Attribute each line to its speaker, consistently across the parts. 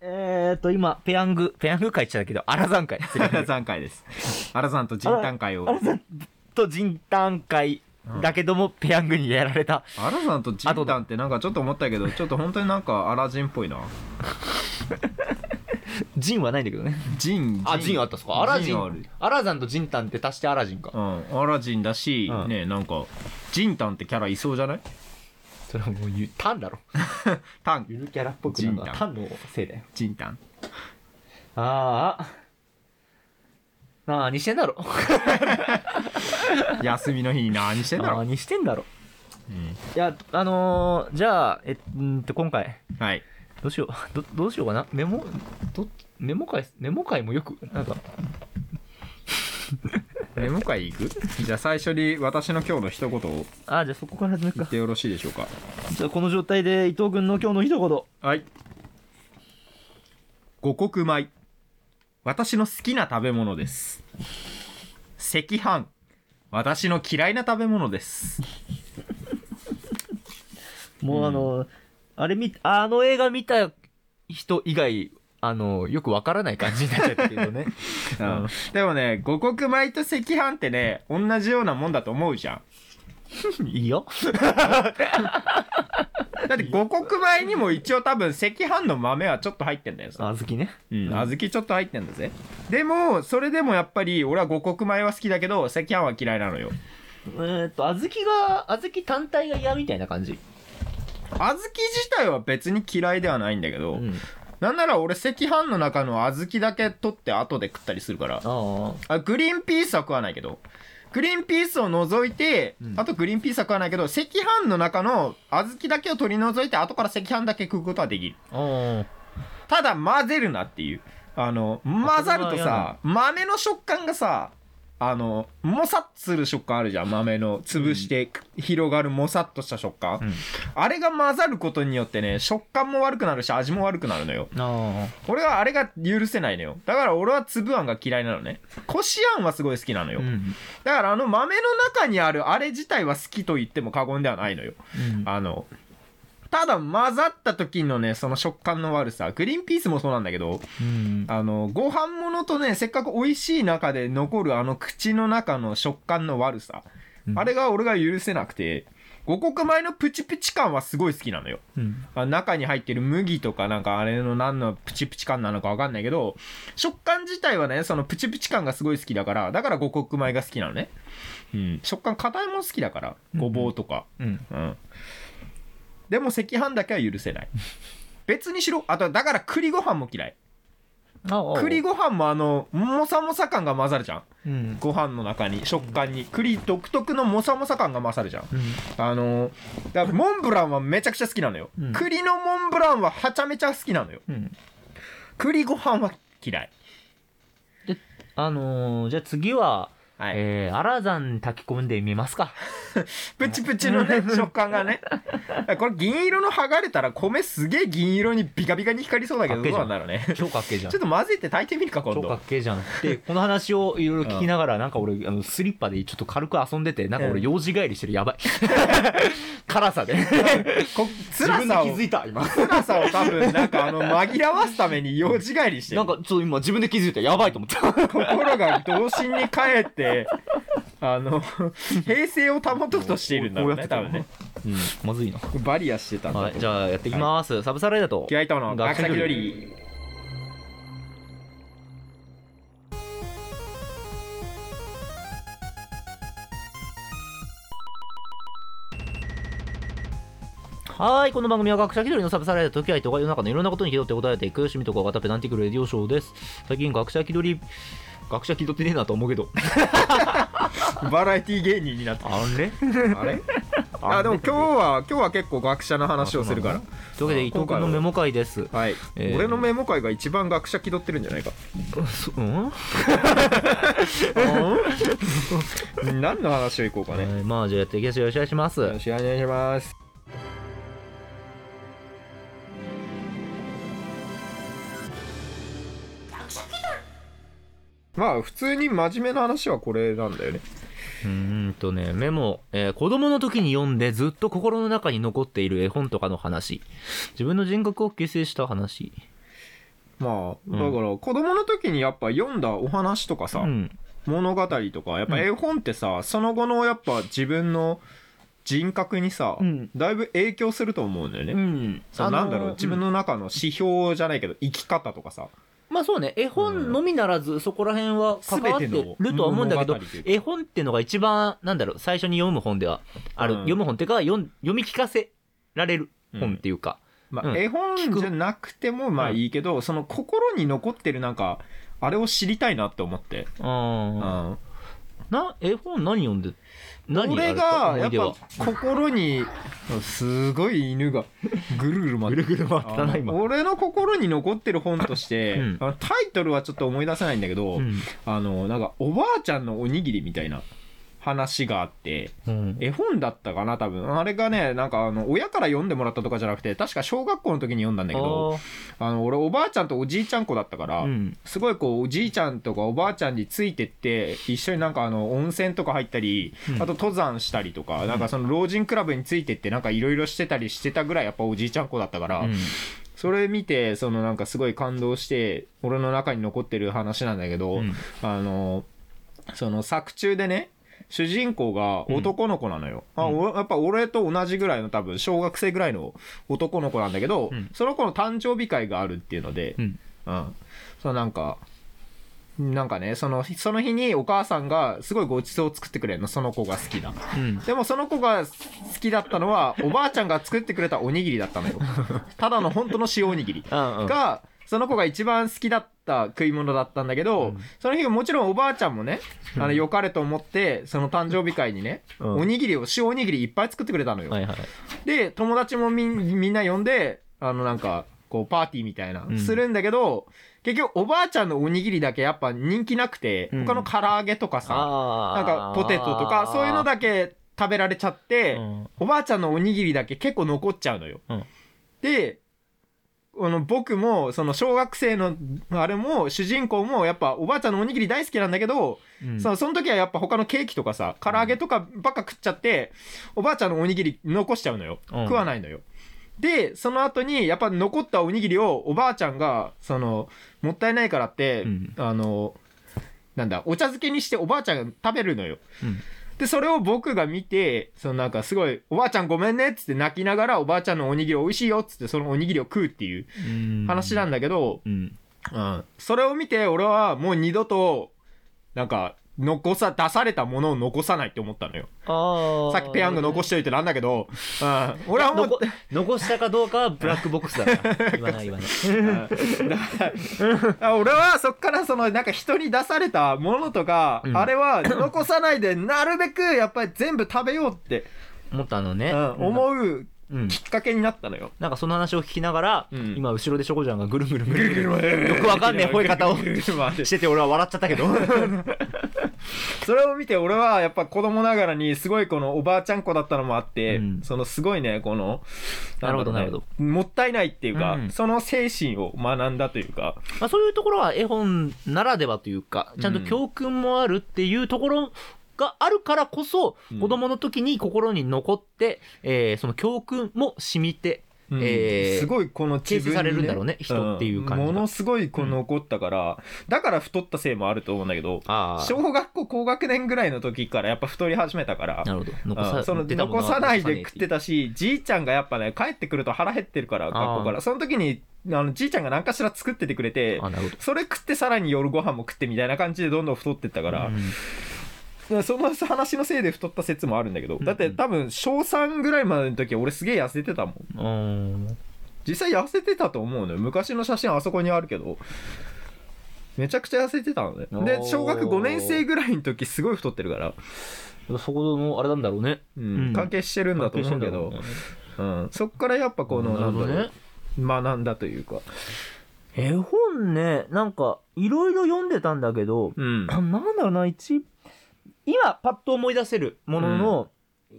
Speaker 1: えっと、今、ペヤング、ペヤング会って言ったけど、アラザ ン会です。
Speaker 2: アラザン会です。アラザンと人ン会を。
Speaker 1: アラザンと人ン会だけども、ペヤングにやられた。
Speaker 2: アラザンとジンタンってなんかちょっと思ったけど、ちょっと本当になんかアラジンっぽいな。
Speaker 1: ジンはないんだけどね。
Speaker 2: ジン、
Speaker 3: あ、ジンあったっすかアラジ
Speaker 2: ジンある
Speaker 3: ン。アラザンとジンタンって足してアラジンか
Speaker 2: う。ん、アラジンだし、
Speaker 1: うん
Speaker 2: ねなんか、ジンタンってキャラいそうじゃない
Speaker 3: それはもうゆ、タンだろ。
Speaker 2: タン、
Speaker 3: ゆるキャラっぽくなるのは
Speaker 2: ジン
Speaker 3: タ
Speaker 2: タ
Speaker 3: ンのせいだよ。
Speaker 2: ジンタン。
Speaker 3: ああ。何してんだろ。
Speaker 2: 休みの日に何して んだろう。
Speaker 3: 何してんだろ。
Speaker 2: うん
Speaker 1: いや、あのー、じゃあ、えっんーと、今回、
Speaker 2: はい。
Speaker 1: どう しよう、ど、どうしようかな。メモ、ど、
Speaker 3: メモ会、メモ会もよく、なんか、
Speaker 2: メモ会行くじゃあ最初に私の今日の一言を
Speaker 1: あ、じゃあそこから始める
Speaker 2: 言っ
Speaker 1: か。
Speaker 2: てよろしいでしょうか。
Speaker 1: じゃあ、この状態で伊藤君の今日の一言。
Speaker 2: はい。五穀米。私の好きな食べ物です。赤飯。私の嫌いな食べ物 です。
Speaker 1: もうあの、あれ見、あの映画見た人以外、あの、よくわからない感じになっちゃったけどね。
Speaker 2: うんでもね、五穀米と赤飯ってね、同じようなもんだと思うじゃん。
Speaker 1: いいよ。
Speaker 2: だって五穀米にも一応多分赤飯の豆はちょっと入ってんだよさ。
Speaker 1: あずきね。
Speaker 2: うん、小豆ちょっと入ってんだぜ。でも、それでもやっぱり俺は五穀米は好きだけど、赤飯は嫌いなのよ。
Speaker 1: えーっと、あずきが、あずき単体が嫌みたいな感じ。
Speaker 2: 小豆自体は別に嫌いではないんだけど、
Speaker 1: うん。
Speaker 2: なんなら俺赤飯の中の小豆だけ取って後で食ったりするから。
Speaker 1: あ
Speaker 2: あ、グリーンピースは食わないけど。グリーンピースを除いて、
Speaker 1: うん
Speaker 2: あとグリーンピースは食わないけど、赤飯の中の小豆だけを取り除いて、後から赤飯だけ食うことはできる。
Speaker 1: あ。うん。
Speaker 2: ただ混ぜるなっていう。あの、混ざるとさ、豆の食感がさ、あの、もさっつる食感あるじゃん。豆の潰して広がるもさっとした食感。
Speaker 1: うん
Speaker 2: あれが混ざることによってね、食感も悪くなるし、味も悪くなるのよ。
Speaker 1: あ
Speaker 2: 俺はあれが許せないのよ。だから俺は粒あんが嫌いなのね。こしあんはすごい好きなの
Speaker 1: あ。
Speaker 2: よ。
Speaker 1: うん。
Speaker 2: だからあの豆の中にあるあれ自体は好きと言っても過言ではないのよ。
Speaker 1: うん。
Speaker 2: あの、ただ混ざった時のね、その食感の悪さ。グリーンピースもそうなんだけど、
Speaker 1: うん。
Speaker 2: あの、ご飯物とね、せっかく美味しい中で残るあの口の中の食感の悪さ。
Speaker 1: うん
Speaker 2: あれが俺が許せなくて、五穀米のプチプチ感はすごい好きなのよ。
Speaker 1: うん。
Speaker 2: あ中に入ってる麦とかなんかあれの何のプチプチ感なのかわかんないけど、食感自体はね、そのプチプチ感がすごい好きだから、だから五穀米が好きなのね。うん。食感硬いもん好きだから、ごぼうとか。
Speaker 1: うん。
Speaker 2: うん。でも赤飯だけは許せない。別にしろ、あとだから栗ご飯も嫌い。
Speaker 1: ああ
Speaker 2: 栗ご飯もあの、もさもさ感が混ざるじゃん。
Speaker 1: うん。
Speaker 2: ご飯の中に、食感に。栗独特のもさもさ感が混ざるじゃん。
Speaker 1: うん。
Speaker 2: あのーだからモンブランはめちゃくちゃ好きなのよ、
Speaker 1: うん
Speaker 2: 栗のモンブランははちゃめちゃ好きなのよ
Speaker 1: うん。
Speaker 2: 栗ご飯は嫌い
Speaker 1: あのー、じゃあ次は、
Speaker 2: はい、
Speaker 1: えー、アラザン炊き込んでみます か。
Speaker 2: プチプチのね食感がねこれ銀色の剥がれたら米すげえ銀色にビカビカに光りそうだけど
Speaker 1: あ
Speaker 2: ど
Speaker 1: け
Speaker 2: う
Speaker 1: じゃん
Speaker 2: なんだろうね
Speaker 1: 超かっけえじゃん
Speaker 2: ちょっ。と混ぜて炊いてみるか今
Speaker 1: 超
Speaker 2: 度
Speaker 1: かっけえじゃん。 で、この話をいろいろ聞きながら、なんか俺、あのスリッパでちょっと軽く遊んでて、なんか
Speaker 2: う
Speaker 1: 俺、
Speaker 2: ん
Speaker 1: 用事帰りしてる、やばい。辛さで。
Speaker 2: こ
Speaker 1: 自分で気
Speaker 2: 辛さを
Speaker 1: づいた、今。
Speaker 2: 辛さを多分なんかあの紛らわすために用事帰りしてる
Speaker 1: なんか、ちょっと今、自分で気づいた、やばいと思った。
Speaker 2: 心が童心に帰ってあの平静を保とうとしているんだろうね
Speaker 1: こ
Speaker 2: 多
Speaker 1: うやっ
Speaker 2: 分
Speaker 1: て
Speaker 2: ね
Speaker 1: まずいな。
Speaker 2: バリアしてたんだ
Speaker 1: はい、じゃあやっていきます。サブサライダと。
Speaker 2: 気合いとの
Speaker 1: 学
Speaker 2: 学
Speaker 1: 先
Speaker 2: 先
Speaker 1: よ
Speaker 2: よ
Speaker 1: り
Speaker 2: り
Speaker 1: はい、この番組は学者気取りのサブサライダーと気合いとが世の中のいろんなことに気取って答えていく趣味とかがたペナンティクレディオショーです。最近学者気取り、学者気取ってねえなと思うけ ど。
Speaker 2: バラエティ芸人になった
Speaker 1: あれ
Speaker 2: あれあでも今日は今日は結構学者の話をするか
Speaker 1: あ
Speaker 2: ら
Speaker 1: というわけで伊藤君のメモ会です。
Speaker 2: はい、
Speaker 1: えー
Speaker 2: 俺のメモ会が一番学者気取ってるんじゃないか
Speaker 1: そうん
Speaker 2: うん何の話をいこうかね
Speaker 1: はいまあじゃあやっていきましょうよろしくお願いします
Speaker 2: よろしくお願いしますまあ普通に真面目な話はこれなんだよね
Speaker 1: うーんとねメモ、えー子供の時に読んでずっと心の中に残っている絵本とかの話自分の人格を形成した話
Speaker 2: まあ
Speaker 1: ん
Speaker 2: だから子供の時にやっぱ読んだお話とかさ、
Speaker 1: うん
Speaker 2: 物語とかやっぱ絵本ってさ、その後のやっぱ自分の人格にさ、
Speaker 1: うん
Speaker 2: だいぶ影響すると思うんだよね。
Speaker 1: うん
Speaker 2: そう
Speaker 1: あのー
Speaker 2: なんだろう自分の中の指標じゃないけど生き方とかさ
Speaker 1: まあそうね絵本のみならずそこら辺は関わって
Speaker 2: 全ての
Speaker 1: るとは思うんだけど
Speaker 2: 物語というか
Speaker 1: 絵本っていうのが一番なんだろう最初に読む本ではある、
Speaker 2: うん
Speaker 1: 読む本っていうか読ん読み聞かせられる本っていうか、
Speaker 2: ま
Speaker 1: うん
Speaker 2: あ、絵本
Speaker 1: 聞く
Speaker 2: じゃなくてもまあいいけど、その心に残ってるなんかあれを知りたいなって思って、
Speaker 1: うん
Speaker 2: うん
Speaker 1: な絵本何読んで何
Speaker 2: 俺
Speaker 1: あ
Speaker 2: が
Speaker 1: れか思
Speaker 2: やっ
Speaker 1: い出は
Speaker 2: ぱ心にすごい犬がぐるぐる回 って
Speaker 1: ぐる回ってたな今
Speaker 2: あの俺の心に残ってる本として、
Speaker 1: うん
Speaker 2: あのタイトルはちょっと思い出せないんだけど、
Speaker 1: うん
Speaker 2: あのなんかおばあちゃんのおにぎりみたいな話があって
Speaker 1: うん
Speaker 2: 絵本だったかな多分あれがねなんかあの親から読んでもらったとかじゃなくて確か小学校の時に読んだんだけどあの俺おばあちゃんとおじいちゃん子だったから、
Speaker 1: あーうん
Speaker 2: すごいこうおじいちゃんとかおばあちゃんについてって一緒になんかあの温泉とか入ったり、
Speaker 1: うん
Speaker 2: あと登山したりとか、なんかその老人クラブについてってなんかいろいろしてたりしてたぐらいやっぱおじいちゃん子だったから、
Speaker 1: うん
Speaker 2: それ見てそのなんかすごい感動して俺の中に残ってる話なんだけど、
Speaker 1: うん
Speaker 2: あのその作中でね主人公が男の子なのよ、あ
Speaker 1: うん
Speaker 2: おやっぱ俺と同じぐらいの多分小学生ぐらいの男の子なんだけど、
Speaker 1: うん
Speaker 2: その子の誕生日会があるっていうので、
Speaker 1: うん
Speaker 2: うん。そうなんか、なんかね、その、その日にお母さんがすごいごちそうを作ってくれるの、その子が好きな。
Speaker 1: うん
Speaker 2: でもその子が好きだったのは、おばあちゃんが作ってくれたおにぎりだったのよ。ただの本当の塩おにぎり。
Speaker 1: あうん
Speaker 2: が、その子が一番好きだった食い物だったんだけ
Speaker 1: う
Speaker 2: ど、
Speaker 1: ん
Speaker 2: その日もちろんおばあちゃんもね、
Speaker 1: う
Speaker 2: あの、
Speaker 1: ん
Speaker 2: 良かれと思って、その誕生日会にね、
Speaker 1: うん
Speaker 2: おにぎりを、塩おにぎりいっぱい作ってくれたのよ。
Speaker 1: はいはい
Speaker 2: で友達もみんみんな呼んであのなんかこうパーティーみたいな
Speaker 1: うん
Speaker 2: するんだけど、結局おばあちゃんのおにぎりだけやっぱ人気なくて、
Speaker 1: うん
Speaker 2: 他の唐揚げとかさ
Speaker 1: あ
Speaker 2: なんかポテトとかそういうのだけ食べられちゃっ
Speaker 1: け
Speaker 2: て、
Speaker 1: うん
Speaker 2: おばあちゃんのおにぎりだけ結構残っちゃうのよ。
Speaker 1: うん
Speaker 2: であの僕もその小学生のあれも主人公もやっぱおばあちゃんのおにぎり大好きなんだけど、
Speaker 1: うん
Speaker 2: そうその時はやっぱ他のケーキとかさ唐揚げとかばっか食っちゃって、おばあちゃんのおにぎり残しちゃうのよ、
Speaker 1: うん
Speaker 2: 食わないのよでその後にやっぱ残ったおにぎりをおばあちゃんがそのもったいないからって、
Speaker 1: うん
Speaker 2: あのなんだお茶漬けにしておばあちゃんが食べるのよ
Speaker 1: うん
Speaker 2: でそれを僕が見てそのなんかすごい「おばあちゃんごめんね」っつって泣きながらおばあちゃんのおにぎり美味しいよっつってそのおにぎりを食うっていう
Speaker 1: うん
Speaker 2: 話なんだけど、
Speaker 1: うん
Speaker 2: うん、それを見て俺はもう二度となんか残さ出されたものを残さないって思ったのよ
Speaker 1: ああ
Speaker 2: さっきペヤング残しといてなんだけど、うん、俺はもう
Speaker 1: 残残したかどうかはブラックボックスだ から言わない言わない
Speaker 2: あ俺はそっからそのなんか人に出されたものとか、
Speaker 1: うん
Speaker 2: あれは残さないでなるべくやっぱり全部食べようって、
Speaker 1: 思ったの
Speaker 2: う
Speaker 1: ね
Speaker 2: ん、思う
Speaker 1: うん
Speaker 2: きっかけになっ たのよ。
Speaker 1: なんかその話を聞きながら
Speaker 2: うん
Speaker 1: 今後ろでしょこちゃんがぐるぐるぐるぐる
Speaker 2: よ
Speaker 1: くわかんねえ吠え方をしてて俺は笑っちゃったけど
Speaker 2: それを見て俺はやっぱ子供ながらにすごいこのおばあちゃん子だったのもあって、
Speaker 1: うん
Speaker 2: そのすごいねこの
Speaker 1: なるほど
Speaker 2: んだろうねもったいないっていうか、
Speaker 1: うん
Speaker 2: その精神を学んだというか
Speaker 1: まあ、そういうところは絵本ならではというかちゃんと
Speaker 2: うん
Speaker 1: 教訓もあるっていうところがあるからこそ、
Speaker 2: うん
Speaker 1: 子供の時に心に残って、えーその教訓も染みて、
Speaker 2: うん
Speaker 1: えー
Speaker 2: すごいこの自分に
Speaker 1: 形成されるんだろうね人っていう感じが
Speaker 2: ものすごいこの怒ったから、だから太ったせいもあると思うんだけど
Speaker 1: ああ
Speaker 2: 小学校高学年ぐらいの時からやっぱ太り始めたから
Speaker 1: なるほど
Speaker 2: うんその
Speaker 1: 出たも
Speaker 2: 残
Speaker 1: のは
Speaker 2: さないで食っ
Speaker 1: 残さ
Speaker 2: て
Speaker 1: ね
Speaker 2: たしじいちゃんがやっぱね帰ってくると腹減ってるから学校からその時にあのじいちゃんが何かしら作っててくれ
Speaker 1: えってい
Speaker 2: て
Speaker 1: うあなるほど
Speaker 2: それ食ってさらに夜ご飯も食ってみたいな感じでどんどん太ってったから、その話のせいで太った説もあるんだけど、
Speaker 1: うん
Speaker 2: だって多分小3ぐらいまでの時俺すげえ痩せてたもん
Speaker 1: うんうん
Speaker 2: 実際痩せてたと思うのよ昔の写真あそこにあるけどめちゃくちゃ痩せてたのね
Speaker 1: おー
Speaker 2: で小学5年生ぐらいの時すごい太ってるから、
Speaker 1: そこのあれなんだろうね
Speaker 2: うん
Speaker 1: うん
Speaker 2: 関係してるんだと思うけど、うん、そっからやっぱこの
Speaker 1: な
Speaker 2: な
Speaker 1: る
Speaker 2: ん
Speaker 1: ほ
Speaker 2: だ
Speaker 1: ど
Speaker 2: ろ
Speaker 1: ね
Speaker 2: う学んだというか、
Speaker 1: 絵本ねなんかいろいろ読んでたんだけど、
Speaker 2: うん、
Speaker 1: あなんだろうな一今パッと思い出せるものの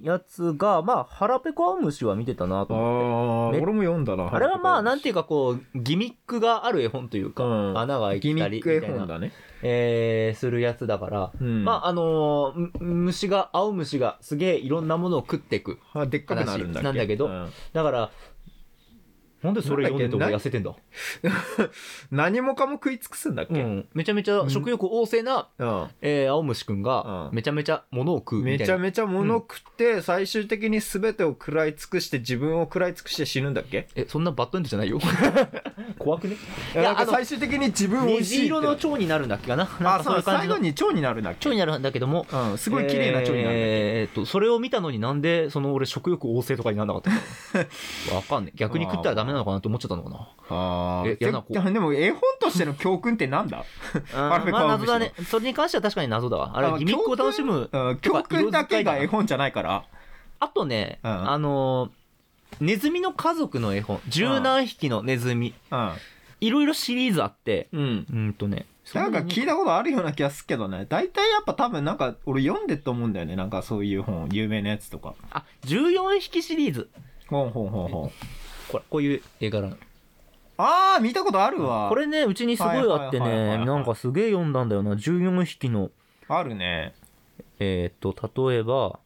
Speaker 1: やつが、まあ「腹ペコアオムシ」は見てたな
Speaker 2: あ
Speaker 1: と思って。
Speaker 2: あ
Speaker 1: め
Speaker 2: 俺も読んだな
Speaker 1: あれはまあなんていうかこうギミックがある絵本というか、
Speaker 2: うん
Speaker 1: 穴が開い
Speaker 2: ギミ
Speaker 1: たり
Speaker 2: ッ
Speaker 1: み
Speaker 2: ク
Speaker 1: た
Speaker 2: 絵
Speaker 1: いな、
Speaker 2: 本だね、
Speaker 1: えーするやつだから、
Speaker 2: うん
Speaker 1: まああのーむ虫が青虫がすげえいろんなものを食ってく
Speaker 2: あでっかくなるんだ
Speaker 1: 話
Speaker 2: っけ
Speaker 1: なんだけど
Speaker 2: うん
Speaker 1: だからなんでそれ読んでて俺痩せてんだ
Speaker 2: 何もかも食い尽くすんだっけ、
Speaker 1: うん、めちゃめちゃ食欲旺盛な、
Speaker 2: うん
Speaker 1: えー青虫くんが
Speaker 2: うん
Speaker 1: めちゃめちゃ物を食うみ
Speaker 2: め
Speaker 1: たい
Speaker 2: ちゃ
Speaker 1: な
Speaker 2: めちゃ物食って、最終的に全てを食らい尽くして自分を食らい尽くして死ぬんだっけ
Speaker 1: えそんなバッドエンドじゃない よ怖くねい
Speaker 2: いや
Speaker 1: や
Speaker 2: なんか
Speaker 1: あの
Speaker 2: 最終的に自分を美味しい
Speaker 1: 虹
Speaker 2: って
Speaker 1: 色の蝶になるんだっけかななん
Speaker 2: あ
Speaker 1: か
Speaker 2: そ
Speaker 1: そういうう感
Speaker 2: 最
Speaker 1: じ
Speaker 2: 後
Speaker 1: の
Speaker 2: に蝶になるんだっけ
Speaker 1: 蝶になるんだけども
Speaker 2: うんすごい綺麗な蝶になるんだっけ、
Speaker 1: えーっとそれを見たのになんでその俺食欲旺盛とかにならなか ったのわかんねえ逆に食ったらダメなのかなって思っちゃったのかな
Speaker 2: あ
Speaker 1: え嫌な子
Speaker 2: でも絵本としての教訓ってなんだ
Speaker 1: あ
Speaker 2: パフ
Speaker 1: ー
Speaker 2: ェ
Speaker 1: ま
Speaker 2: 買
Speaker 1: あ
Speaker 2: う
Speaker 1: 謎だねそれに関しては確かに謎だわあれ
Speaker 2: あ
Speaker 1: ギミックを楽しむ
Speaker 2: うん
Speaker 1: とか
Speaker 2: 教訓だけ
Speaker 1: 色使いだ
Speaker 2: が絵
Speaker 1: な
Speaker 2: 本じゃないから
Speaker 1: あとね、
Speaker 2: うん
Speaker 1: あのーネズミの家族の絵本十何匹のネズミいろいろシリーズあって
Speaker 2: うん、うん、
Speaker 1: うんとね
Speaker 2: なんか聞いたことあるような気がするけどね大体やっぱ多分なんか俺読んでと思うんだよねなんかそういう本有名なやつとか
Speaker 1: あ14匹シリーズ
Speaker 2: ほんほんほんほん
Speaker 1: これこういう絵柄
Speaker 2: ああ見たことあるわ
Speaker 1: これねうちにすごいあって
Speaker 2: はいはいはいはいは
Speaker 1: ね
Speaker 2: い
Speaker 1: なんかすげえ読んだんだよな14匹の
Speaker 2: あるね
Speaker 1: えっ、と例えば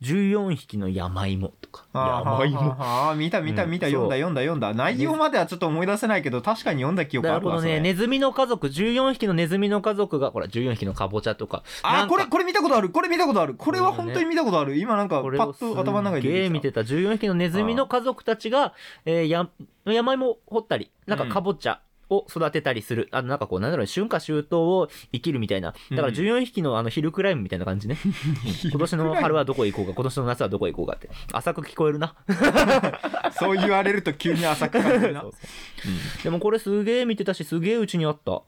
Speaker 1: 14匹の山芋とか
Speaker 2: あー
Speaker 1: 山
Speaker 2: はーは
Speaker 1: 芋
Speaker 2: ーはー見た見た見た、
Speaker 1: うん
Speaker 2: 読んだ読んだ読んだ内容まではちょっと思い出せないけど確かに読んだ記
Speaker 1: だか
Speaker 2: 憶あ
Speaker 1: ら
Speaker 2: る
Speaker 1: こ
Speaker 2: わ
Speaker 1: の
Speaker 2: そ
Speaker 1: ね
Speaker 2: れ、
Speaker 1: ネズミの家族14匹のネズミの家族がほら14匹のかぼちゃとかな
Speaker 2: あ
Speaker 1: んか
Speaker 2: これこれ見たことあるこれ見たことあるこれは本当に見たことある今なんかパ
Speaker 1: これを
Speaker 2: ッ
Speaker 1: すん
Speaker 2: と頭の中に
Speaker 1: げ
Speaker 2: 出
Speaker 1: え
Speaker 2: て
Speaker 1: 見
Speaker 2: きた
Speaker 1: てた14匹のネズミの家族たちが、えーや山芋を掘ったりなんかかぼちゃを育てたりする、あのなんかこうなんだろうね春夏秋冬を生きるみたいなだから
Speaker 2: うん
Speaker 1: 14匹のあのヒルクライムみたいな感 じね今年の春はどこへ行こうか今年の夏はどこへ行こうかって浅く聞こえるな
Speaker 2: そう言われると急に浅く感じ るな
Speaker 1: でもこれすげえ見てたしすげえうちにあった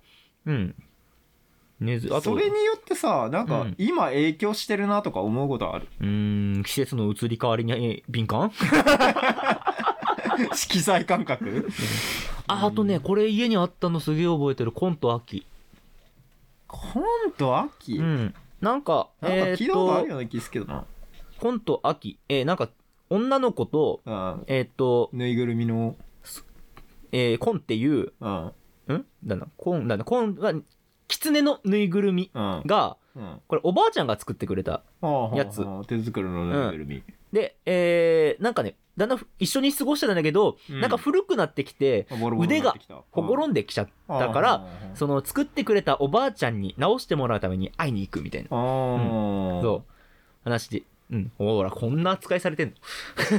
Speaker 1: うんネズあと
Speaker 2: それによってさなん
Speaker 1: う
Speaker 2: か
Speaker 1: ん
Speaker 2: 今影響してるなとか思うことある
Speaker 1: うーん季節の移り変わりにえー敏感
Speaker 2: 色彩感覚
Speaker 1: ああとねこれ家にあったのすげえ覚えてるコント秋
Speaker 2: コント秋
Speaker 1: う
Speaker 2: なんか
Speaker 1: んなんかえ
Speaker 2: 聞
Speaker 1: ー
Speaker 2: い
Speaker 1: った
Speaker 2: ことある
Speaker 1: と
Speaker 2: ような気すけどな、
Speaker 1: コント秋えーなんか女の子と
Speaker 2: うん
Speaker 1: えーっと
Speaker 2: ぬいぐるみの、
Speaker 1: えーコンっていう
Speaker 2: うん
Speaker 1: んだなコンだなコンは狐のぬいぐるみ
Speaker 2: うん
Speaker 1: が
Speaker 2: うん、
Speaker 1: これおばあちゃんが作ってくれたや
Speaker 2: や
Speaker 1: つ
Speaker 2: 手作りのぬいぐるみ、
Speaker 1: でえーなんかねだんだん一緒に過ごしてたんだけど、
Speaker 2: うん
Speaker 1: なんか古くなってきて
Speaker 2: あボロボロになってきた
Speaker 1: ほころんできちゃったから、
Speaker 2: うん
Speaker 1: その作ってくれたおばあちゃんに直してもらうために会いに行くみたいな、
Speaker 2: あー
Speaker 1: そう話で、うん、ほらこんな扱いされてんの
Speaker 2: 尻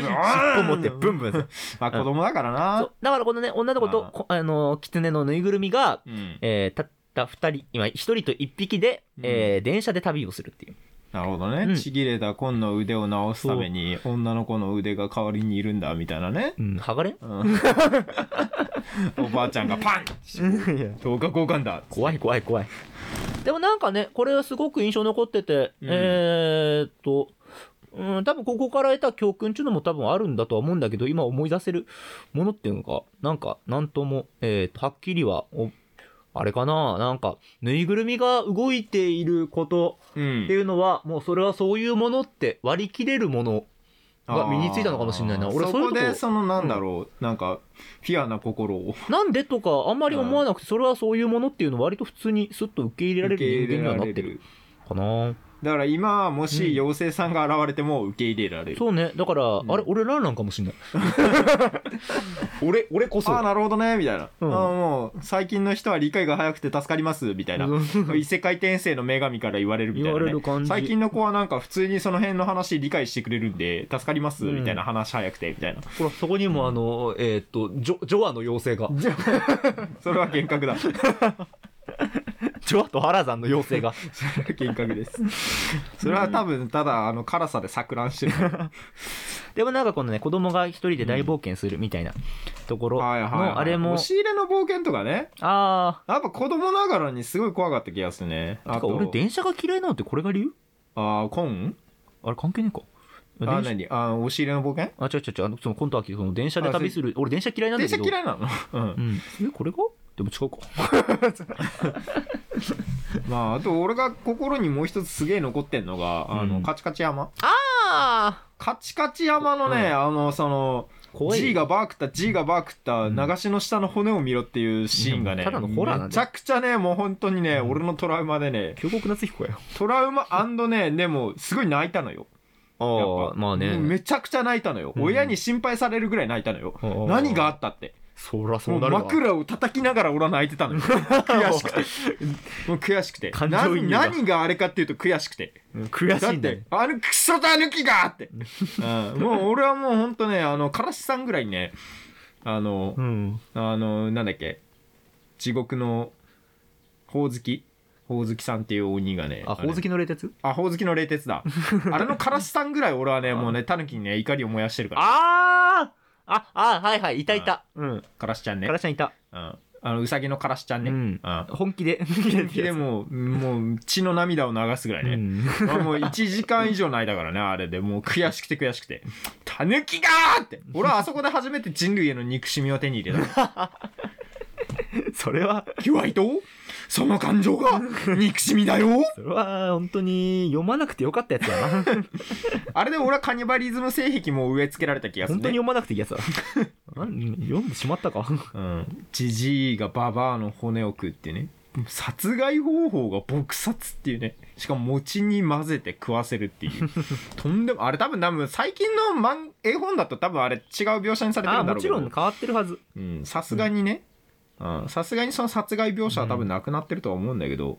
Speaker 1: 尻尾持ってブンブン
Speaker 2: まあ子供だから
Speaker 1: そ
Speaker 2: な
Speaker 1: うだからこのね女の子と
Speaker 2: あー
Speaker 1: こあの狐のぬいぐるみが、
Speaker 2: うん
Speaker 1: えーたった2人今1人と1匹で、えー電車で旅をするっていう
Speaker 2: なるほど
Speaker 1: うん
Speaker 2: ねちぎれた紺の腕を直すために女の子の腕が代わりにいるんだみたいなね
Speaker 1: うん剥がれん
Speaker 2: うんおばあちゃんがパン等価交換だ
Speaker 1: 怖い怖い怖いでもなんかねこれはすごく印象残ってて、
Speaker 2: うん
Speaker 1: えーっとうん、多分ここから得た教訓っていうのも多分あるんだとは思うんだけど今思い出せるものっていうのがなんかなんとも、えーとはっきりはおあれかななんかぬいぐるみが動いていること
Speaker 2: うん
Speaker 1: っていうのはもうそれはそういうものって割り切れるものが身についたのかもしれないな
Speaker 2: あー
Speaker 1: 俺
Speaker 2: そ
Speaker 1: そういう
Speaker 2: こと
Speaker 1: こ
Speaker 2: でそのなんだろうなんかピュアな心を
Speaker 1: なんでとかあんまり思わなくてそれはそういうものっていうのを割と普通にスッと受け入れられ
Speaker 2: 受け
Speaker 1: る
Speaker 2: 入
Speaker 1: 人間
Speaker 2: れ
Speaker 1: には
Speaker 2: ら
Speaker 1: なっ
Speaker 2: れ
Speaker 1: てる
Speaker 2: る
Speaker 1: かな
Speaker 2: だから今も
Speaker 1: うん
Speaker 2: し妖精さんが現れても受け入れられる
Speaker 1: そうねだから、
Speaker 2: ん
Speaker 1: あれ俺ランランかも しんない俺俺こ
Speaker 2: ああなるほどねみたいな、
Speaker 1: うん
Speaker 2: ああもう最近の人は理解が早くて助かりますみたいな異世界転生の女神から言われるみた
Speaker 1: 言
Speaker 2: い
Speaker 1: わ
Speaker 2: な、
Speaker 1: れる
Speaker 2: ね、
Speaker 1: 感じ
Speaker 2: 最近の子はなんか普通にその辺の話理解してくれるんで助かりますみたいな話早くてみたいな、
Speaker 1: ほらそこにもあの、えーっとジョジョアの妖精が
Speaker 2: それは幻覚だそれ
Speaker 1: ジョアと原さんの妖精が
Speaker 2: は幻覚です それは多分ただあの辛さで錯 乱してる
Speaker 1: でもなんかこのね子供が一人で大冒険するみたいなところ
Speaker 2: はいはいはい
Speaker 1: のあれも、
Speaker 2: 押し入れの冒険とかね
Speaker 1: あ
Speaker 2: やっぱ子供ながらにすごい怖かった気がするね
Speaker 1: あ
Speaker 2: あ
Speaker 1: てか
Speaker 2: と
Speaker 1: 俺電車が嫌いなのってこれが理由
Speaker 2: あーコン
Speaker 1: あれ関係ねえか
Speaker 2: あ
Speaker 1: 電車
Speaker 2: 何あ押し入れの冒険
Speaker 1: あ、違う違う違う、あの、そのコント秋、その電車で
Speaker 2: あ
Speaker 1: 旅する、俺電車嫌いなんだ
Speaker 2: 電
Speaker 1: け
Speaker 2: 車
Speaker 1: ど。
Speaker 2: 嫌いなのうん
Speaker 1: うん。え、これがでも違うか。
Speaker 2: まああと俺が心にもう一つすげえ残ってんのがあの、
Speaker 1: うん
Speaker 2: カチカチ山
Speaker 1: ああ
Speaker 2: カチカチ山のね、
Speaker 1: うん
Speaker 2: あのその
Speaker 1: 怖い。
Speaker 2: G がバークった G がバークった
Speaker 1: うん
Speaker 2: 流しの下の骨を見ろっていうシーンがね
Speaker 1: いやただのホラーなん
Speaker 2: め
Speaker 1: だ
Speaker 2: ちゃくちゃねもう本当にね、
Speaker 1: うん
Speaker 2: 俺のトラウマでね
Speaker 1: 京極夏彦や。
Speaker 2: トラウマねでもすごい泣いたのよやっ
Speaker 1: ああ
Speaker 2: ぱ
Speaker 1: まあね
Speaker 2: めちゃくちゃ泣いたのよ、
Speaker 1: うん
Speaker 2: 親に心配されるぐらい泣いたのよ、
Speaker 1: ああ
Speaker 2: 何があったって
Speaker 1: そらそ
Speaker 2: も
Speaker 1: う
Speaker 2: う
Speaker 1: なるわ
Speaker 2: 枕を叩きながら俺は泣いてたの よ悔しくてもう悔しくて
Speaker 1: 感
Speaker 2: な
Speaker 1: 情移入だ
Speaker 2: 何があれかっていうと悔しくて
Speaker 1: うん悔
Speaker 2: だ
Speaker 1: しい
Speaker 2: っ
Speaker 1: んだよ
Speaker 2: てあのクソタヌキがって、うんもう俺はもうほんとねあのからしさんぐらいにねあの、
Speaker 1: うん
Speaker 2: あのなんだっけ地獄のほおずきほおずきさんっていう鬼がね
Speaker 1: あほおず
Speaker 2: き
Speaker 1: きの冷徹
Speaker 2: あほおずきの冷徹 だあれのからしさんぐらい俺はねもうねタヌキにね怒りを燃やしてるから
Speaker 1: ああああはいはいいたいたうん
Speaker 2: からしちゃんね
Speaker 1: からしちゃんいた
Speaker 2: うん、あのうさぎのからしちゃんね、
Speaker 1: うん本気で
Speaker 2: 本気でもうもう血の涙を流すぐらいね、
Speaker 1: うん
Speaker 2: あもう1時間以上ないだからねあれでもう悔しくて悔しくて「たぬきが!」って俺はあそこで初めて人類への憎しみを手に入れた
Speaker 1: それは
Speaker 2: キュアイとその感情が憎しみだよ
Speaker 1: それは本当に読まなくてよかったやつだな
Speaker 2: あれで俺はカニバリズム性癖も植え付けられた気がする、
Speaker 1: 本当に
Speaker 2: ね
Speaker 1: 読まなくていい やつだなん読んでしまったか
Speaker 2: うん、ジジイがババアの骨を食うっていうね殺害方法が撲殺っていうねしかも餅に混ぜて食わせるっていう とんでもあれ多分多分最近の漫絵本だと多分あれ違う描写にされて
Speaker 1: あ
Speaker 2: る
Speaker 1: あ
Speaker 2: んだ
Speaker 1: も
Speaker 2: ろう
Speaker 1: ち
Speaker 2: けど
Speaker 1: ろん変わってるはず
Speaker 2: うんさすがにねうんさすがにその殺害描写は多分なくなってるとは思うんだけど、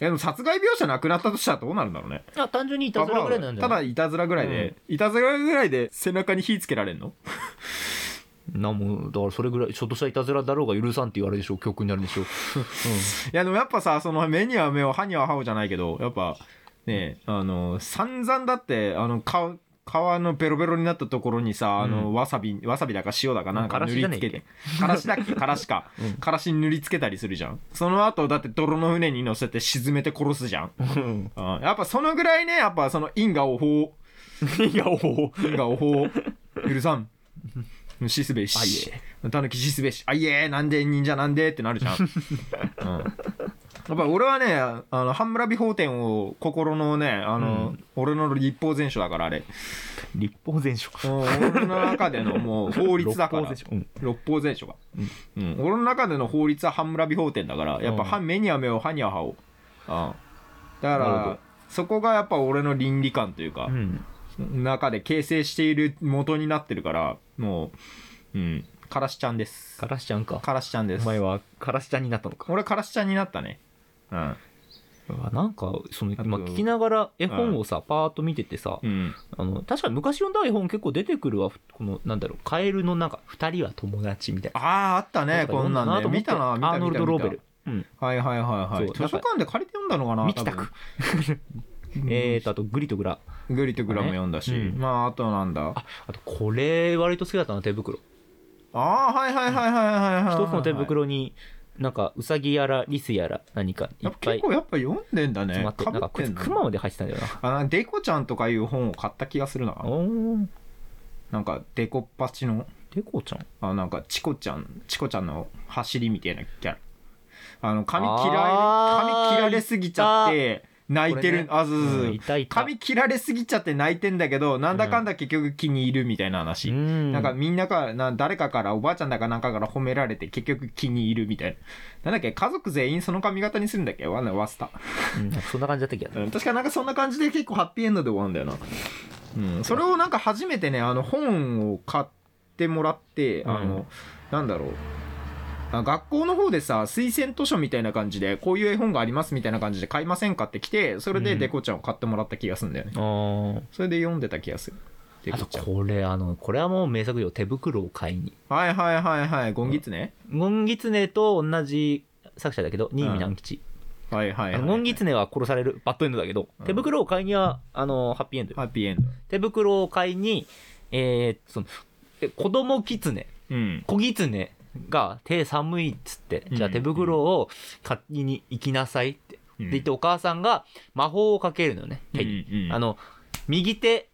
Speaker 2: えでも殺害描写なくなったとしたらどうなるんだろうね
Speaker 1: あ単純にいたずらぐらいなんじゃ
Speaker 2: た
Speaker 1: な
Speaker 2: だ
Speaker 1: い
Speaker 2: いたずらぐらいで、いたずらぐらいで背中に火つけられんの
Speaker 1: なもうだからそれぐらいちょっとしたいたずらだろうが許さんって言われるでしょう曲になるでしょう、
Speaker 2: いやでもやっぱさその目には目を歯には歯をじゃないけどやっぱねえあの散々だってあの顔皮のベロベロになったところにさ、あ
Speaker 1: う
Speaker 2: のわさびわさびだか塩だかなんか
Speaker 1: から
Speaker 2: 塗
Speaker 1: しじゃ
Speaker 2: り
Speaker 1: ね
Speaker 2: つ
Speaker 1: え
Speaker 2: けてからしだ っけからしか、
Speaker 1: うん
Speaker 2: からしに塗りつけたりするじゃんその後だって泥の船に乗せて沈めて殺すじゃん、
Speaker 1: うん
Speaker 2: うんやっぱそのぐらいねやっぱその因果応報
Speaker 1: いやおお
Speaker 2: 因果応報許さん死すべしたぬき死すべしあいえなんで忍者なんでってなるじゃん、うん、やっぱ俺はねあの半村美法典を心のねあの、俺の立法全書だからあれ
Speaker 1: 立法全書
Speaker 2: うん俺の中でのもう法律だから
Speaker 1: 六法全書うん
Speaker 2: 六法全書が、うん俺の中での法律は半村美法典だからやっぱ
Speaker 1: うん
Speaker 2: 歯目には目を歯には歯を、うん、だか
Speaker 1: なるほ
Speaker 2: ら
Speaker 1: ど
Speaker 2: そこがやっぱ俺の倫理観というか、
Speaker 1: うん
Speaker 2: 中で形成している元になってるからもううんからしちゃんです
Speaker 1: からしちゃんか
Speaker 2: からしちゃんで
Speaker 1: お
Speaker 2: す
Speaker 1: 前はからしちゃんになったのか
Speaker 2: 俺からしちゃんになったねうん
Speaker 1: あなんかその
Speaker 2: あと
Speaker 1: 今聞きながら絵本をさパーッと見ててさ
Speaker 2: うん
Speaker 1: あの確かに昔読んだ絵本結構出てくるわこのなんだろうカエルのなんか二人は友達みたいな
Speaker 2: あああったねこんなんね見たな見た
Speaker 1: アーノルド・ローベルうん
Speaker 2: 見たはいはいはいはい
Speaker 1: そう
Speaker 2: 図書館で借りて読んだのかな
Speaker 1: ミキタクえーとあとグリとグラ
Speaker 2: グリとグラも読んだし、
Speaker 1: うん
Speaker 2: まああとなんだあ
Speaker 1: あとこれ割と好きだったな手袋
Speaker 2: あーはいはいはいはいはいはい
Speaker 1: 一つの手袋になんかウサギやらリスやら何かい
Speaker 2: や
Speaker 1: っ
Speaker 2: っぱ
Speaker 1: ぱ
Speaker 2: 結
Speaker 1: い
Speaker 2: 構やっぱ読んでんだ
Speaker 1: 詰
Speaker 2: ね
Speaker 1: まって
Speaker 2: か
Speaker 1: なん
Speaker 2: ぶ
Speaker 1: か
Speaker 2: っ
Speaker 1: こい
Speaker 2: て
Speaker 1: つ
Speaker 2: んだ
Speaker 1: クマまで入ってたんだよ
Speaker 2: あなんかデコちゃんとかいう本を買った気がするな
Speaker 1: なおー
Speaker 2: なんかデコパチの
Speaker 1: デコちゃん
Speaker 2: あなんかチコちゃんチコちゃんの走りみたいなキャラあの髪
Speaker 1: あ
Speaker 2: 切られ
Speaker 1: ー
Speaker 2: 髪切られすぎちゃって泣いてる、
Speaker 1: これね
Speaker 2: あそうそうそう
Speaker 1: うんいたいた
Speaker 2: 髪切られすぎちゃって泣いてんだけどなんだかんだ結局気に入るみたいな話、
Speaker 1: うん
Speaker 2: なんかみんなからな誰かからおばあちゃんだかなんかから褒められて結局気に入るみたいななんだっけ家族全員その髪型にするんだっけわなわスタ、
Speaker 1: うんなんかそんな感じだった気がす
Speaker 2: う
Speaker 1: る
Speaker 2: ん、確かなんかそんな感じで結構ハッピーエンドで終わるんだよな、うん、それをなんか初めてねあの本を買ってもらってあの、
Speaker 1: うん
Speaker 2: なんだろうあ学校の方でさ推薦図書みたいな感じでこういう絵本がありますみたいな感じで買いませんかって来てそれでデコちゃんを買ってもらった気がするんだよね、
Speaker 1: あー
Speaker 2: それで読んでた気がするデ
Speaker 1: あと
Speaker 2: コちゃん
Speaker 1: これあのこれはもう名作よ手袋を買いに
Speaker 2: はいはいはいはいゴンギツネ、
Speaker 1: ゴンギツネと同じ作者だけど新見南吉
Speaker 2: はいはい
Speaker 1: あ
Speaker 2: はい、
Speaker 1: のゴンギツネは殺されるバッドエンドだけど
Speaker 2: うん
Speaker 1: 手袋を買いにはあのハッピーエンドよ
Speaker 2: ハッピーエンド
Speaker 1: 手袋を買いにえーそのえ子供キツネ
Speaker 2: うん
Speaker 1: 小狐が手寒いっつって、
Speaker 2: うん
Speaker 1: じゃあ手袋を買いに行きなさいって。
Speaker 2: うん
Speaker 1: で言ってお母さんが魔法をかけるのよね、
Speaker 2: うん
Speaker 1: 手に。
Speaker 2: うん
Speaker 1: あの、右手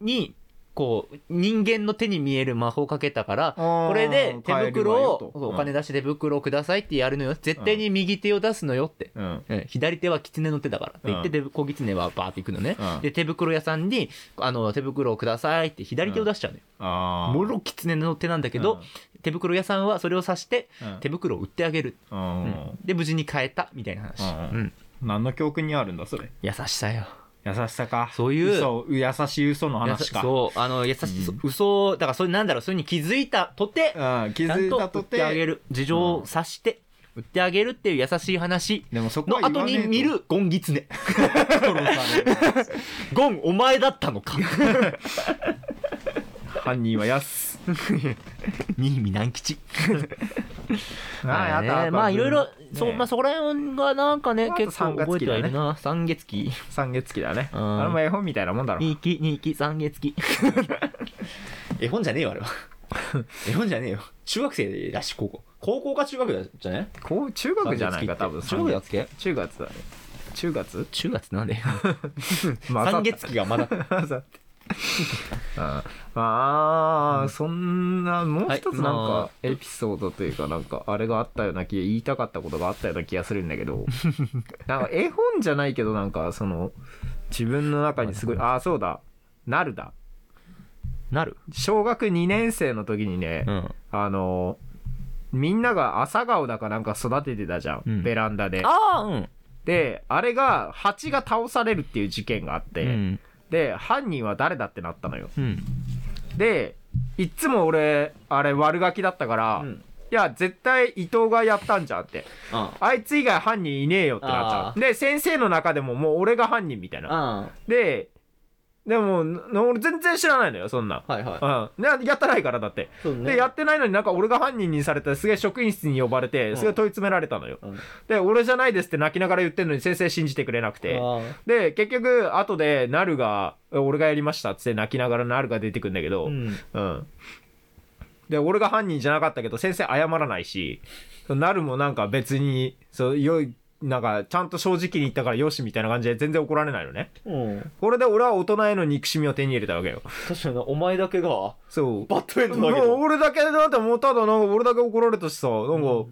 Speaker 1: に、こう、人間の手に見える魔法をかけたから、これで手袋を、お金
Speaker 2: だ、
Speaker 1: 出して手袋をくださいってやるのよ。絶対に右手を出すのよって。
Speaker 2: うんうん
Speaker 1: うん左手は狐の手だからって言って、で小狐はバーって行くのね。
Speaker 2: うん
Speaker 1: で、手袋屋さんに、あの、手袋をくださいって左手を出しちゃうのよ。
Speaker 2: あー
Speaker 1: もろ狐の手なんだけど、手袋屋さんはそれを指して
Speaker 2: うんうん
Speaker 1: 手袋を売ってあげる、
Speaker 2: うん
Speaker 1: うんで無事に買えたみたいな話、
Speaker 2: うん
Speaker 1: うん
Speaker 2: 何の教訓にあるんだそれ
Speaker 1: 優しさよ
Speaker 2: 優しさか
Speaker 1: そういう
Speaker 2: 嘘優しい嘘の話か
Speaker 1: そうあの優しい、
Speaker 2: うん
Speaker 1: 嘘をだからそれなんだろうそれに気づいたとて
Speaker 2: うん、気
Speaker 1: ちゃん
Speaker 2: づいた
Speaker 1: と売
Speaker 2: と
Speaker 1: っててあげる事情を察して、売ってあげるっていう優しい話
Speaker 2: でもそこ
Speaker 1: の
Speaker 2: は言
Speaker 1: 後
Speaker 2: わねえ
Speaker 1: に
Speaker 2: と
Speaker 1: 見るゴンギツネ
Speaker 2: 殺される
Speaker 1: ゴンお前だったのか
Speaker 2: 犯人はやす
Speaker 1: 新見南吉
Speaker 2: あ
Speaker 1: まあねまあいろいろ、そうまあそこら辺がなんかね
Speaker 2: あと
Speaker 1: 結構
Speaker 2: 三月
Speaker 1: 覚えて
Speaker 2: 期だ
Speaker 1: はい
Speaker 2: ね
Speaker 1: るな三月期
Speaker 2: 三月期だね
Speaker 1: うん
Speaker 2: あれも絵本みたいなもんだろ
Speaker 1: 二期二期三月期 絵本じゃねえ よあれは絵本じゃねえよ中学生だし高校高校か中学だじゃね
Speaker 2: こう中学じゃないか多分
Speaker 1: 中学だっけ
Speaker 2: 中学だね中学
Speaker 1: 中学ってなんで
Speaker 2: ま あ
Speaker 1: 三月期がまだ
Speaker 2: 混ざってああーそんなもう一つなん
Speaker 1: は
Speaker 2: かエピソードというかなんかあれがあったような気言いたかったことがあったような気がするんだけ どなんか絵本じゃないけどなんかその自分の中にすごいああそうだなるだ
Speaker 1: なる
Speaker 2: 小学2年生の時にね、
Speaker 1: ん
Speaker 2: あのみんなが朝顔だかなんか育ててたじゃん、
Speaker 1: うん
Speaker 2: ベランダで
Speaker 1: ああうん
Speaker 2: であれが蜂が倒されるっていう事件があって、
Speaker 1: うん
Speaker 2: で犯人は誰だってなったのよ
Speaker 1: うん
Speaker 2: でいっつも俺あれ悪ガキだったから、
Speaker 1: う
Speaker 2: い
Speaker 1: ん
Speaker 2: や絶対伊藤がやったんじゃんって
Speaker 1: あ
Speaker 2: あいつ以外犯人いねえよってなっちゃ
Speaker 1: あ
Speaker 2: うで先生の中でももう俺が犯人みたい
Speaker 1: あ
Speaker 2: なででもな俺全然知らないのよそんなん
Speaker 1: はいは
Speaker 2: うん、でやってないからだって
Speaker 1: いそう
Speaker 2: でやってないのになんか俺が犯人にされてすげえ職員室に呼ばれて
Speaker 1: ん
Speaker 2: すげえ問い詰められたのよ、
Speaker 1: うん
Speaker 2: で俺じゃないですって泣きながら言ってるのに先生信じてくれなくて
Speaker 1: あ
Speaker 2: で結局後でなるがえ俺がやりましたっつって泣きながらなるが出てくんだけど
Speaker 1: ーうん
Speaker 2: うんで俺が犯人じゃなかったけど先生謝らないしなるもなんか別にそうよいなんかちゃんと正直に言ったからよしみたいな感じで全然怒られないのね
Speaker 1: うん
Speaker 2: これで俺は大人への憎しみを手に入れたわけよ
Speaker 1: 確かになお前だけが
Speaker 2: そう
Speaker 1: バッドエンド
Speaker 2: もう
Speaker 1: だけど
Speaker 2: 俺だけだってもうただなんか俺だけ怒られたしさなんか、
Speaker 1: うん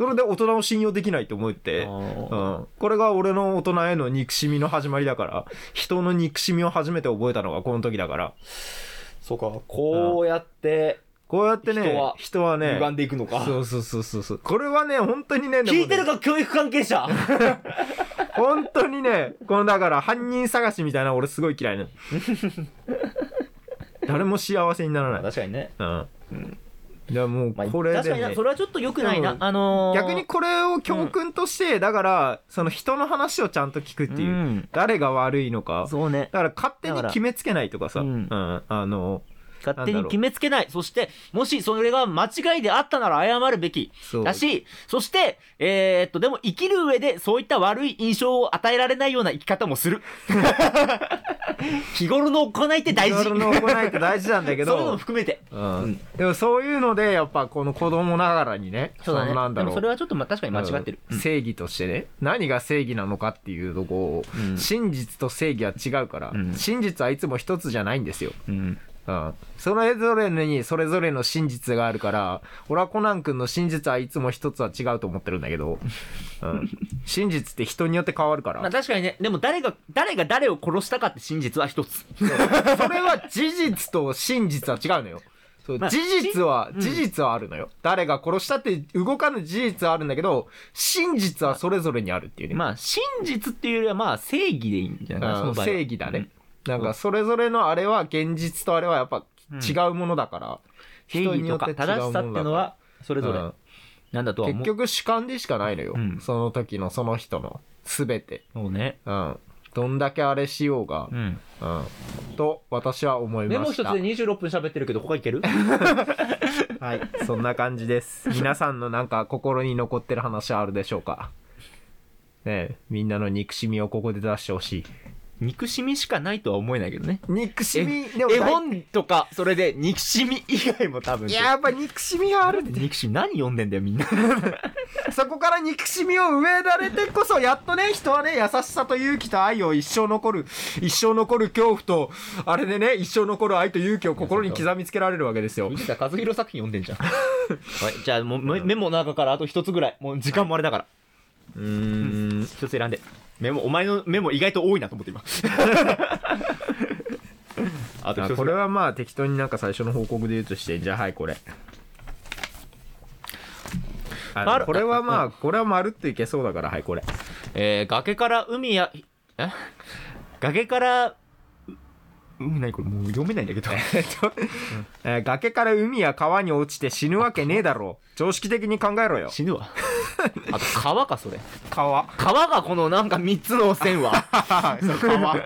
Speaker 2: それで大人を信用できないと思って、う
Speaker 1: あ
Speaker 2: ん、これが俺の大人への憎しみの始まりだから人の憎しみを初めて覚えたのがこの時だから
Speaker 1: ーそうかこうやって
Speaker 2: こうやってね
Speaker 1: 人は
Speaker 2: ね
Speaker 1: 歪んでいくのか
Speaker 2: そうそうそうそうそうこれはね本当にねでもね
Speaker 1: 聞いてるか教育関係 者
Speaker 2: 本当にねこのだから犯人探しみたいな俺すごい嫌 いなの誰も幸せにならな い、
Speaker 1: 確かにね
Speaker 2: うんいやもう
Speaker 1: まあ
Speaker 2: これ
Speaker 1: 確
Speaker 2: で、
Speaker 1: かに
Speaker 2: ね
Speaker 1: なそれはちょっと良くないな
Speaker 2: うん
Speaker 1: あのー
Speaker 2: 逆にこれを教訓として、だからその人の話をちゃんと聞くっていう、
Speaker 1: うん
Speaker 2: 誰が悪いのか
Speaker 1: そうね
Speaker 2: だから勝手
Speaker 1: だ
Speaker 2: に
Speaker 1: から
Speaker 2: 決めつけないとかさ
Speaker 1: うん
Speaker 2: うんあの
Speaker 1: 勝手に決めつけないそしてもしそれが間違いであったなら謝るべき
Speaker 2: そう
Speaker 1: だしそしてえーっとでも生きる上でそういった悪い印象を与えられないような生き方も する日頃の行いって大
Speaker 2: い
Speaker 1: 事
Speaker 2: ろいろの行いって大事なんだ け
Speaker 1: そういうのも
Speaker 2: ど
Speaker 1: 含めて
Speaker 2: うん
Speaker 1: うん
Speaker 2: でもそういうのでやっぱこの子供ながらにね
Speaker 1: そうだね
Speaker 2: のなんだ
Speaker 1: でも
Speaker 2: ろう
Speaker 1: それはちょっとま確かに間違ってる、
Speaker 2: うん正義としてね何が正義なのかっていうとこを、
Speaker 1: うん
Speaker 2: 真実と正義は違うから、
Speaker 1: うん
Speaker 2: 真実はいつも一つじゃないんですよ
Speaker 1: うん
Speaker 2: うん、それぞれにそれぞれの真実があるから俺はコナン君の真実はいつも一つは違うと思ってるんだけど、 うん、真実って人によって変わるから
Speaker 1: まあ確かにねでも誰が誰が誰を殺したかって真実は一つ
Speaker 2: それは事実と真実は違うのよそう
Speaker 1: まあ
Speaker 2: 事実は
Speaker 1: し
Speaker 2: 事実はあるのよ、誰が殺したって動かぬ事実はあるんだけど真実はそれぞれにあるっていうね、
Speaker 1: まあ真実っていうよりはまあ正義でいいんじゃないかなそ
Speaker 2: うん
Speaker 1: の場合は
Speaker 2: 正義だね、なんかそれぞれのあれは現実とあれはやっぱ違うものだから、
Speaker 1: 正義とか正しさっていうのはそれぞれ
Speaker 2: うん
Speaker 1: なんだとは思
Speaker 2: 結
Speaker 1: う
Speaker 2: 局主観でしかないのよ、
Speaker 1: うん
Speaker 2: その時のその人の全て、
Speaker 1: そうね
Speaker 2: うん、どんだけあれしようが
Speaker 1: う、ん
Speaker 2: うんと私は思い
Speaker 1: メ
Speaker 2: ま
Speaker 1: モ
Speaker 2: し
Speaker 1: 一つで
Speaker 2: た
Speaker 1: 26分喋ってるけど他いけ る
Speaker 2: はいそんな感じ です皆さんのなんか心に残ってる話はあるでしょうかねえみんなの憎しみをここで出してほしい
Speaker 1: 憎しみしかないとは思えないけどね
Speaker 2: 憎しみでも
Speaker 1: 絵本とかそれで憎しみ以外も多分
Speaker 2: いややっぱ憎しみがある んで
Speaker 1: 憎しみ何読んでんだよ みんな
Speaker 2: そこから憎しみを植えられてこそやっとね人はね優しさと勇気と愛を一生残る一生残る恐怖とあれでね一生残る愛と勇気を心に刻みつけられるわけですよ
Speaker 1: 藤田和弘作品読んでんじゃん はいじゃあもうメメモの中からあと一つぐらいもう時間もあれだから
Speaker 2: うーん
Speaker 1: 一つ選んでメモお前のメモ意外と多いなと思って 今あと一つ
Speaker 2: これはまあ適当になんか最初の報告で言うとしてじゃあはいこれあ
Speaker 1: まる
Speaker 2: これはまあこれはまるっといけそうだからはいこれ
Speaker 1: えー崖から海やえ崖から、う、うん、何これもう読めないんだけど。
Speaker 2: えー崖から海や川に落ちて死ぬわけねえだろう常識的に考えろ よ
Speaker 1: 死ぬわ。あと川か、それ。
Speaker 2: 川
Speaker 1: 川がこのなんか3つの線 は、
Speaker 2: そう川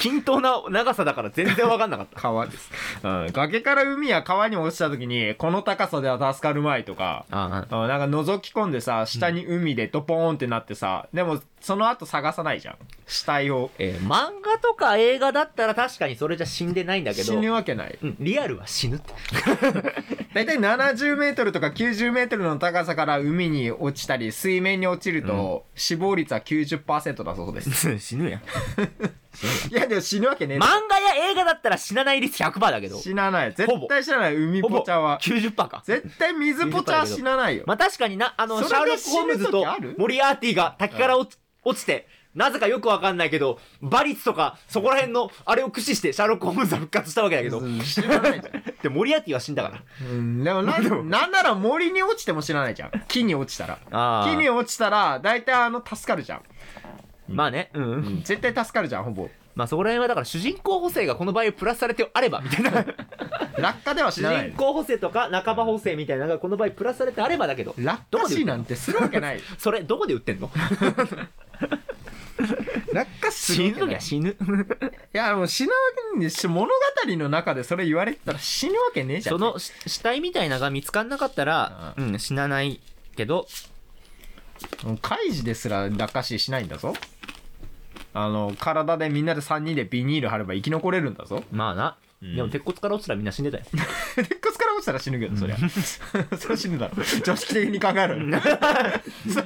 Speaker 1: 均等な長さだから全然わかんなかった。
Speaker 2: 川です、うん、崖から海や川に落ちた時にこの高さでは助かるまいとか
Speaker 1: あ
Speaker 2: うんなんか覗き込んでさ下に海でドポーンってなってさ、でもその後探さないじゃん死体を
Speaker 1: えー漫画とか映画だったら確かにそれじゃ死んでないんだけど、
Speaker 2: 死ぬわけない
Speaker 1: うん、リアルは死ぬって。
Speaker 2: 大体70メートルとか90メートルの高さから海に落ちたり水面に落ちると死亡率は90%だそうです、
Speaker 1: 死ぬやん。
Speaker 2: いやでも死ぬわけねえだろ
Speaker 1: 漫画や映画だったら死なない率100%だけど、
Speaker 2: 死なない絶対死なない海
Speaker 1: ほぼ
Speaker 2: ポチャは
Speaker 1: 90%か。
Speaker 2: 絶対水ポチャは死なないよ
Speaker 1: まあ確かにな、あの、シ
Speaker 2: そ
Speaker 1: ャー
Speaker 2: れ
Speaker 1: ロ
Speaker 2: で
Speaker 1: ック・ホームズ
Speaker 2: 死ぬ
Speaker 1: と
Speaker 2: 時ある
Speaker 1: モリアーティが滝から落ち落ちて、なぜかよくわかんないけど、馬率とか、そこら辺の、あれを駆使して、シャーロック・ホームズは復活したわけだけど、
Speaker 2: うん死なないじゃん
Speaker 1: で、モリアーティは死んだから。
Speaker 2: うんでもななんなら森に落ちても知らないじゃん木に落ちたら
Speaker 1: あ
Speaker 2: 木に落ちたら大体あの助かるじゃん、
Speaker 1: まあね、うん、
Speaker 2: うん絶対助かるじゃんほぼ
Speaker 1: まあそこら辺はだから主人公補正がこの場合プラスされてあればみたい な
Speaker 2: 落下では知
Speaker 1: 主
Speaker 2: らな
Speaker 1: 人
Speaker 2: い
Speaker 1: 公補正とか半ば補正みたいなのがこの場合プラスされてあればだけど
Speaker 2: 落
Speaker 1: ど
Speaker 2: 下
Speaker 1: こで
Speaker 2: 死なんてするわけ ない
Speaker 1: それどこで売ってんの
Speaker 2: 落下死
Speaker 1: 死
Speaker 2: ぬ
Speaker 1: ぬ
Speaker 2: わけない
Speaker 1: や死ぬ
Speaker 2: いやもう死ぬわけねえし物語の中でそれ言われてたら死ぬわけねえじゃん
Speaker 1: そのし死体みたいなのが見つかんなかったら、うん、死なないけど
Speaker 2: うんカイジですら落下死しないんだぞあの体でみんなで3人でビニール貼れば生き残れるんだぞ
Speaker 1: まあな、
Speaker 2: うん
Speaker 1: でも鉄骨から落ちたらみんな死んでたよ
Speaker 2: 鉄骨から落ちたら死ぬけどそりゃ それ死ぬだろ常識的に考えろよそれ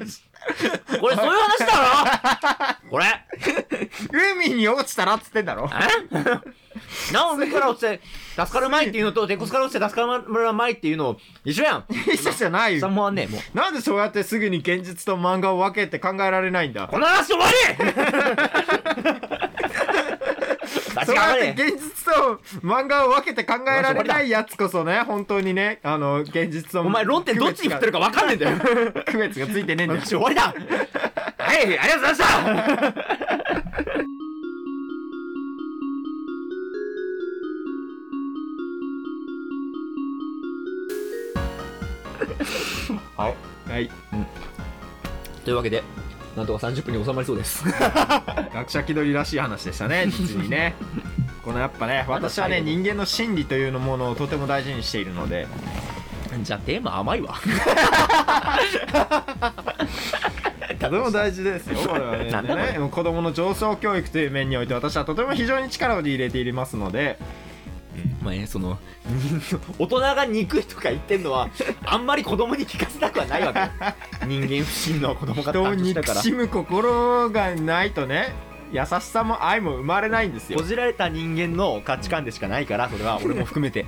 Speaker 1: これそういう話だ ろこれ
Speaker 2: 海に落ちたらっつってんだろ
Speaker 1: えなお上から落ちて助かるまいっていうのと鉄骨から落ちて助かるまいっていうの一緒やん
Speaker 2: 一緒じゃない
Speaker 1: 3
Speaker 2: よ
Speaker 1: もあんねもう
Speaker 2: なんでそうやってすぐに現実と漫画を分けて考えられないんだ
Speaker 1: この話終わ り
Speaker 2: そうやっ
Speaker 1: 確か
Speaker 2: て
Speaker 1: に
Speaker 2: 現実と漫画を分けて考えられないやつこそね本当にねあの現実と
Speaker 1: お前論点どっちに振ってるか分かんねえんだよ
Speaker 2: か 区別がついてねえんだよ
Speaker 1: 話終わりだはいありがとうございました
Speaker 2: はい、はい、
Speaker 1: というわけでなんとか30分に収まりそう です
Speaker 2: 学者気取りらしい話でした ね実にねこのやっぱね 私はね人間の心理というものをとても大事にしているので
Speaker 1: じゃあテーマ甘 いわ
Speaker 2: とても大事ですよこれは ね
Speaker 1: なんだこれ
Speaker 2: でね子供の上層教育という面において私はとても非常に力を入れていますので
Speaker 1: まあねその人 大人が憎いとか言ってんのはあんまり子供に聞かせたくはないわけよ人間不信の子供が
Speaker 2: 人を
Speaker 1: 誕生した
Speaker 2: 憎
Speaker 1: から
Speaker 2: しむ心がないとね優しさも愛も生まれないん ですよ
Speaker 1: こじられた人間の価値観でしかないからそれは俺も含め て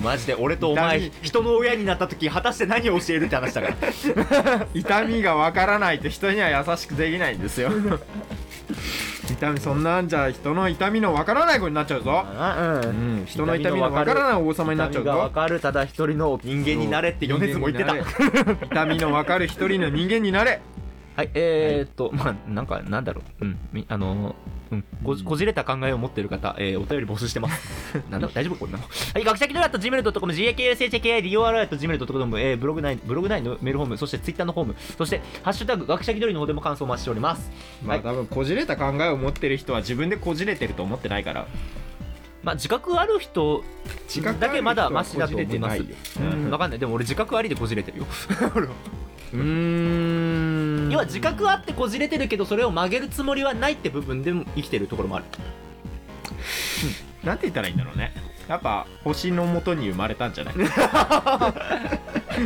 Speaker 1: マジで俺とお前
Speaker 2: 痛
Speaker 1: 人の親になった時果たして何を教えるって話だから
Speaker 2: 痛みがわからないと人には優しくできないんです よ痛みそんなんじゃ人の痛みのわからない子になっちゃうぞうん人の痛みのわからない王様になっちゃう
Speaker 1: 痛みがわ
Speaker 2: ぞ
Speaker 1: かるただ一人の人間になれって米津も言ってた
Speaker 2: 痛みのわかる一人の人間になれ
Speaker 1: はいえー、っとまあなんかなんだろううんみあのーうん、こじこじれた考えを持っている方、えー、お便り募集して ます。なんだ大丈夫こんなの。はい、学者気取り at gmail.com、gaklshkidor at gmail.com、えー、ブログ内、ブログ内のメールホーム、そしてツイッターのホーム、そして、ハッシュタグ、学者気取りの方でも感想をお待ちしております。
Speaker 2: まあ多分こじれた考えを持ってる人は自分でこじれてると思ってないから
Speaker 1: まあ、自覚ある人
Speaker 2: 自覚ある人
Speaker 1: だ
Speaker 2: は
Speaker 1: けまだマシだと思います
Speaker 2: こじれて
Speaker 1: う
Speaker 2: ないよ
Speaker 1: んわかんないでも俺自覚ありでこじれ てるよ
Speaker 2: うーん
Speaker 1: 要は自覚あってこじれてるけどそれを曲げるつもりはないって部分でも生きてるところもある
Speaker 2: なんて言ったらいいんだろうねやっぱ星のもとに生まれたんじゃない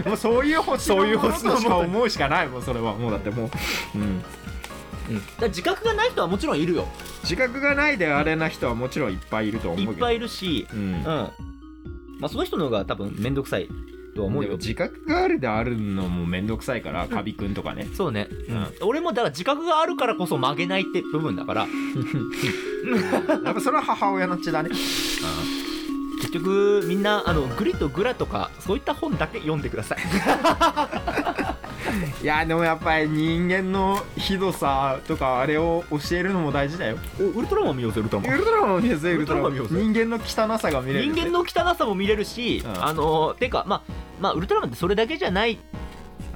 Speaker 2: もうそういう星
Speaker 1: そういう
Speaker 2: のも
Speaker 1: 星の元
Speaker 2: のとしか思うしかないもうそれはもうだってもう、うん、
Speaker 1: だから自覚がない人はもちろんいるよ
Speaker 2: 自覚がないであれな人はもちろんいっぱいいると思う
Speaker 1: い
Speaker 2: け
Speaker 1: っ
Speaker 2: ど
Speaker 1: ぱいいるし
Speaker 2: うん
Speaker 1: うんまあその人の方が多分面倒くさいとは思う
Speaker 2: でも
Speaker 1: よ
Speaker 2: 自覚があるであるのもめんどくさいからカビくんとかね
Speaker 1: そうね、
Speaker 2: ん
Speaker 1: 俺もだから自覚があるからこそ曲げないって部分だから
Speaker 2: やっぱそれは母親の血だね
Speaker 1: 結局みんなあのグリとグラとかそういった本だけ読んでください
Speaker 2: いやでもやっぱり人間のひどさとかあれを教えるのも大事だよ
Speaker 1: ウルトラマン見ようぜウルトラ
Speaker 2: ウ
Speaker 1: マン
Speaker 2: ルトラマンを見ようぜ
Speaker 1: ウ
Speaker 2: ウル
Speaker 1: ル
Speaker 2: ト
Speaker 1: ト
Speaker 2: ラ
Speaker 1: ラ
Speaker 2: マ
Speaker 1: マ
Speaker 2: ン
Speaker 1: ン
Speaker 2: 人間の汚さが見れる
Speaker 1: 人間の汚さも見れるし、
Speaker 2: うん
Speaker 1: あのてかまあまあウルトラマンってそれだけじゃない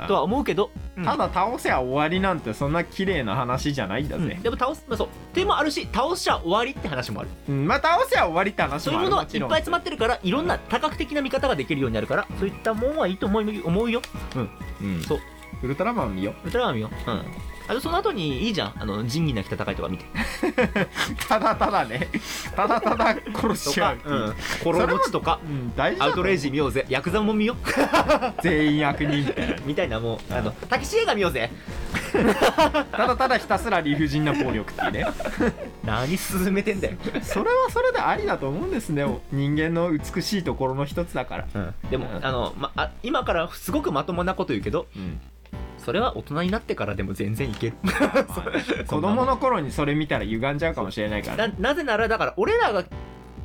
Speaker 1: とは思うけど、うん
Speaker 2: ただ倒せば終わりなんてそんな綺麗な話じゃないんだ
Speaker 1: うん
Speaker 2: ぜ、
Speaker 1: でも倒す、まあ、そう手もあるし倒しちゃ終わりって話もある
Speaker 2: うんまあ倒せば終わりって話
Speaker 1: そういう
Speaker 2: もあ
Speaker 1: も
Speaker 2: る
Speaker 1: のはいっぱい
Speaker 2: もちろん
Speaker 1: 詰まってるからいろんな多角的な見方ができるようになるからそういったもんはいいと思う思うよ
Speaker 2: うん
Speaker 1: そう
Speaker 2: ウルトラマン見よう
Speaker 1: ウルトラマン見よううんあとその後にいいじゃんあの仁義なき戦いとか見て
Speaker 2: ただただねただただ殺
Speaker 1: と
Speaker 2: し
Speaker 1: か
Speaker 2: 合う っていう
Speaker 1: うん心持ちとか
Speaker 2: うん、大事だ
Speaker 1: ア
Speaker 2: と
Speaker 1: ウトレイジ見ようぜヤクザも見よ
Speaker 2: 全員悪人みたいな
Speaker 1: う みたいなもうあのタキシ映画見ようぜ
Speaker 2: ただただひたすら理不尽な暴力っていうね
Speaker 1: 何進めてんだよ、
Speaker 2: それはそれでありだと思うんですね人間の美しいところの一つだから、
Speaker 1: でもあの、ま、あ今からすごくまともなこと言うけどそれは大人になってからでも全然い ける
Speaker 2: 子供の頃にそれ見たら歪んじゃうかもしれないから
Speaker 1: ななぜならだから俺らが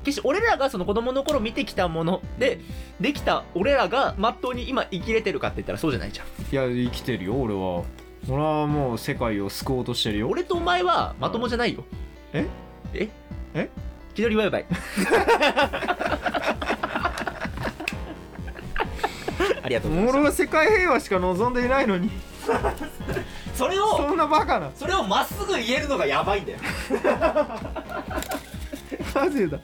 Speaker 1: 決して俺らがその子供の頃見てきたものでできた俺らがまっとうに今生きれてるかって言ったらそうじゃないじゃん
Speaker 2: いや生きてるよ俺は俺はもう世界を救おうとしてるよ
Speaker 1: 俺とお前はまともじゃないよ
Speaker 2: え
Speaker 1: え
Speaker 2: え
Speaker 1: 気取りバイバイありがとうございます
Speaker 2: 俺は世界平和しか望んでいないのに
Speaker 1: それ
Speaker 2: そんなバカな
Speaker 1: それをまっすぐ言えるのがやばいんだよ
Speaker 2: なぜだ